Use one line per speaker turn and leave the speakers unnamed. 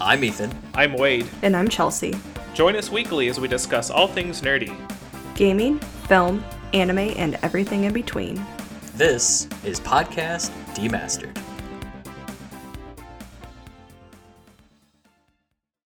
I'm Ethan.
I'm Wade.
And I'm Chelsea.
Join us weekly as we discuss all things nerdy.
Gaming, film, anime, and everything in between.
This is Podcast Demastered.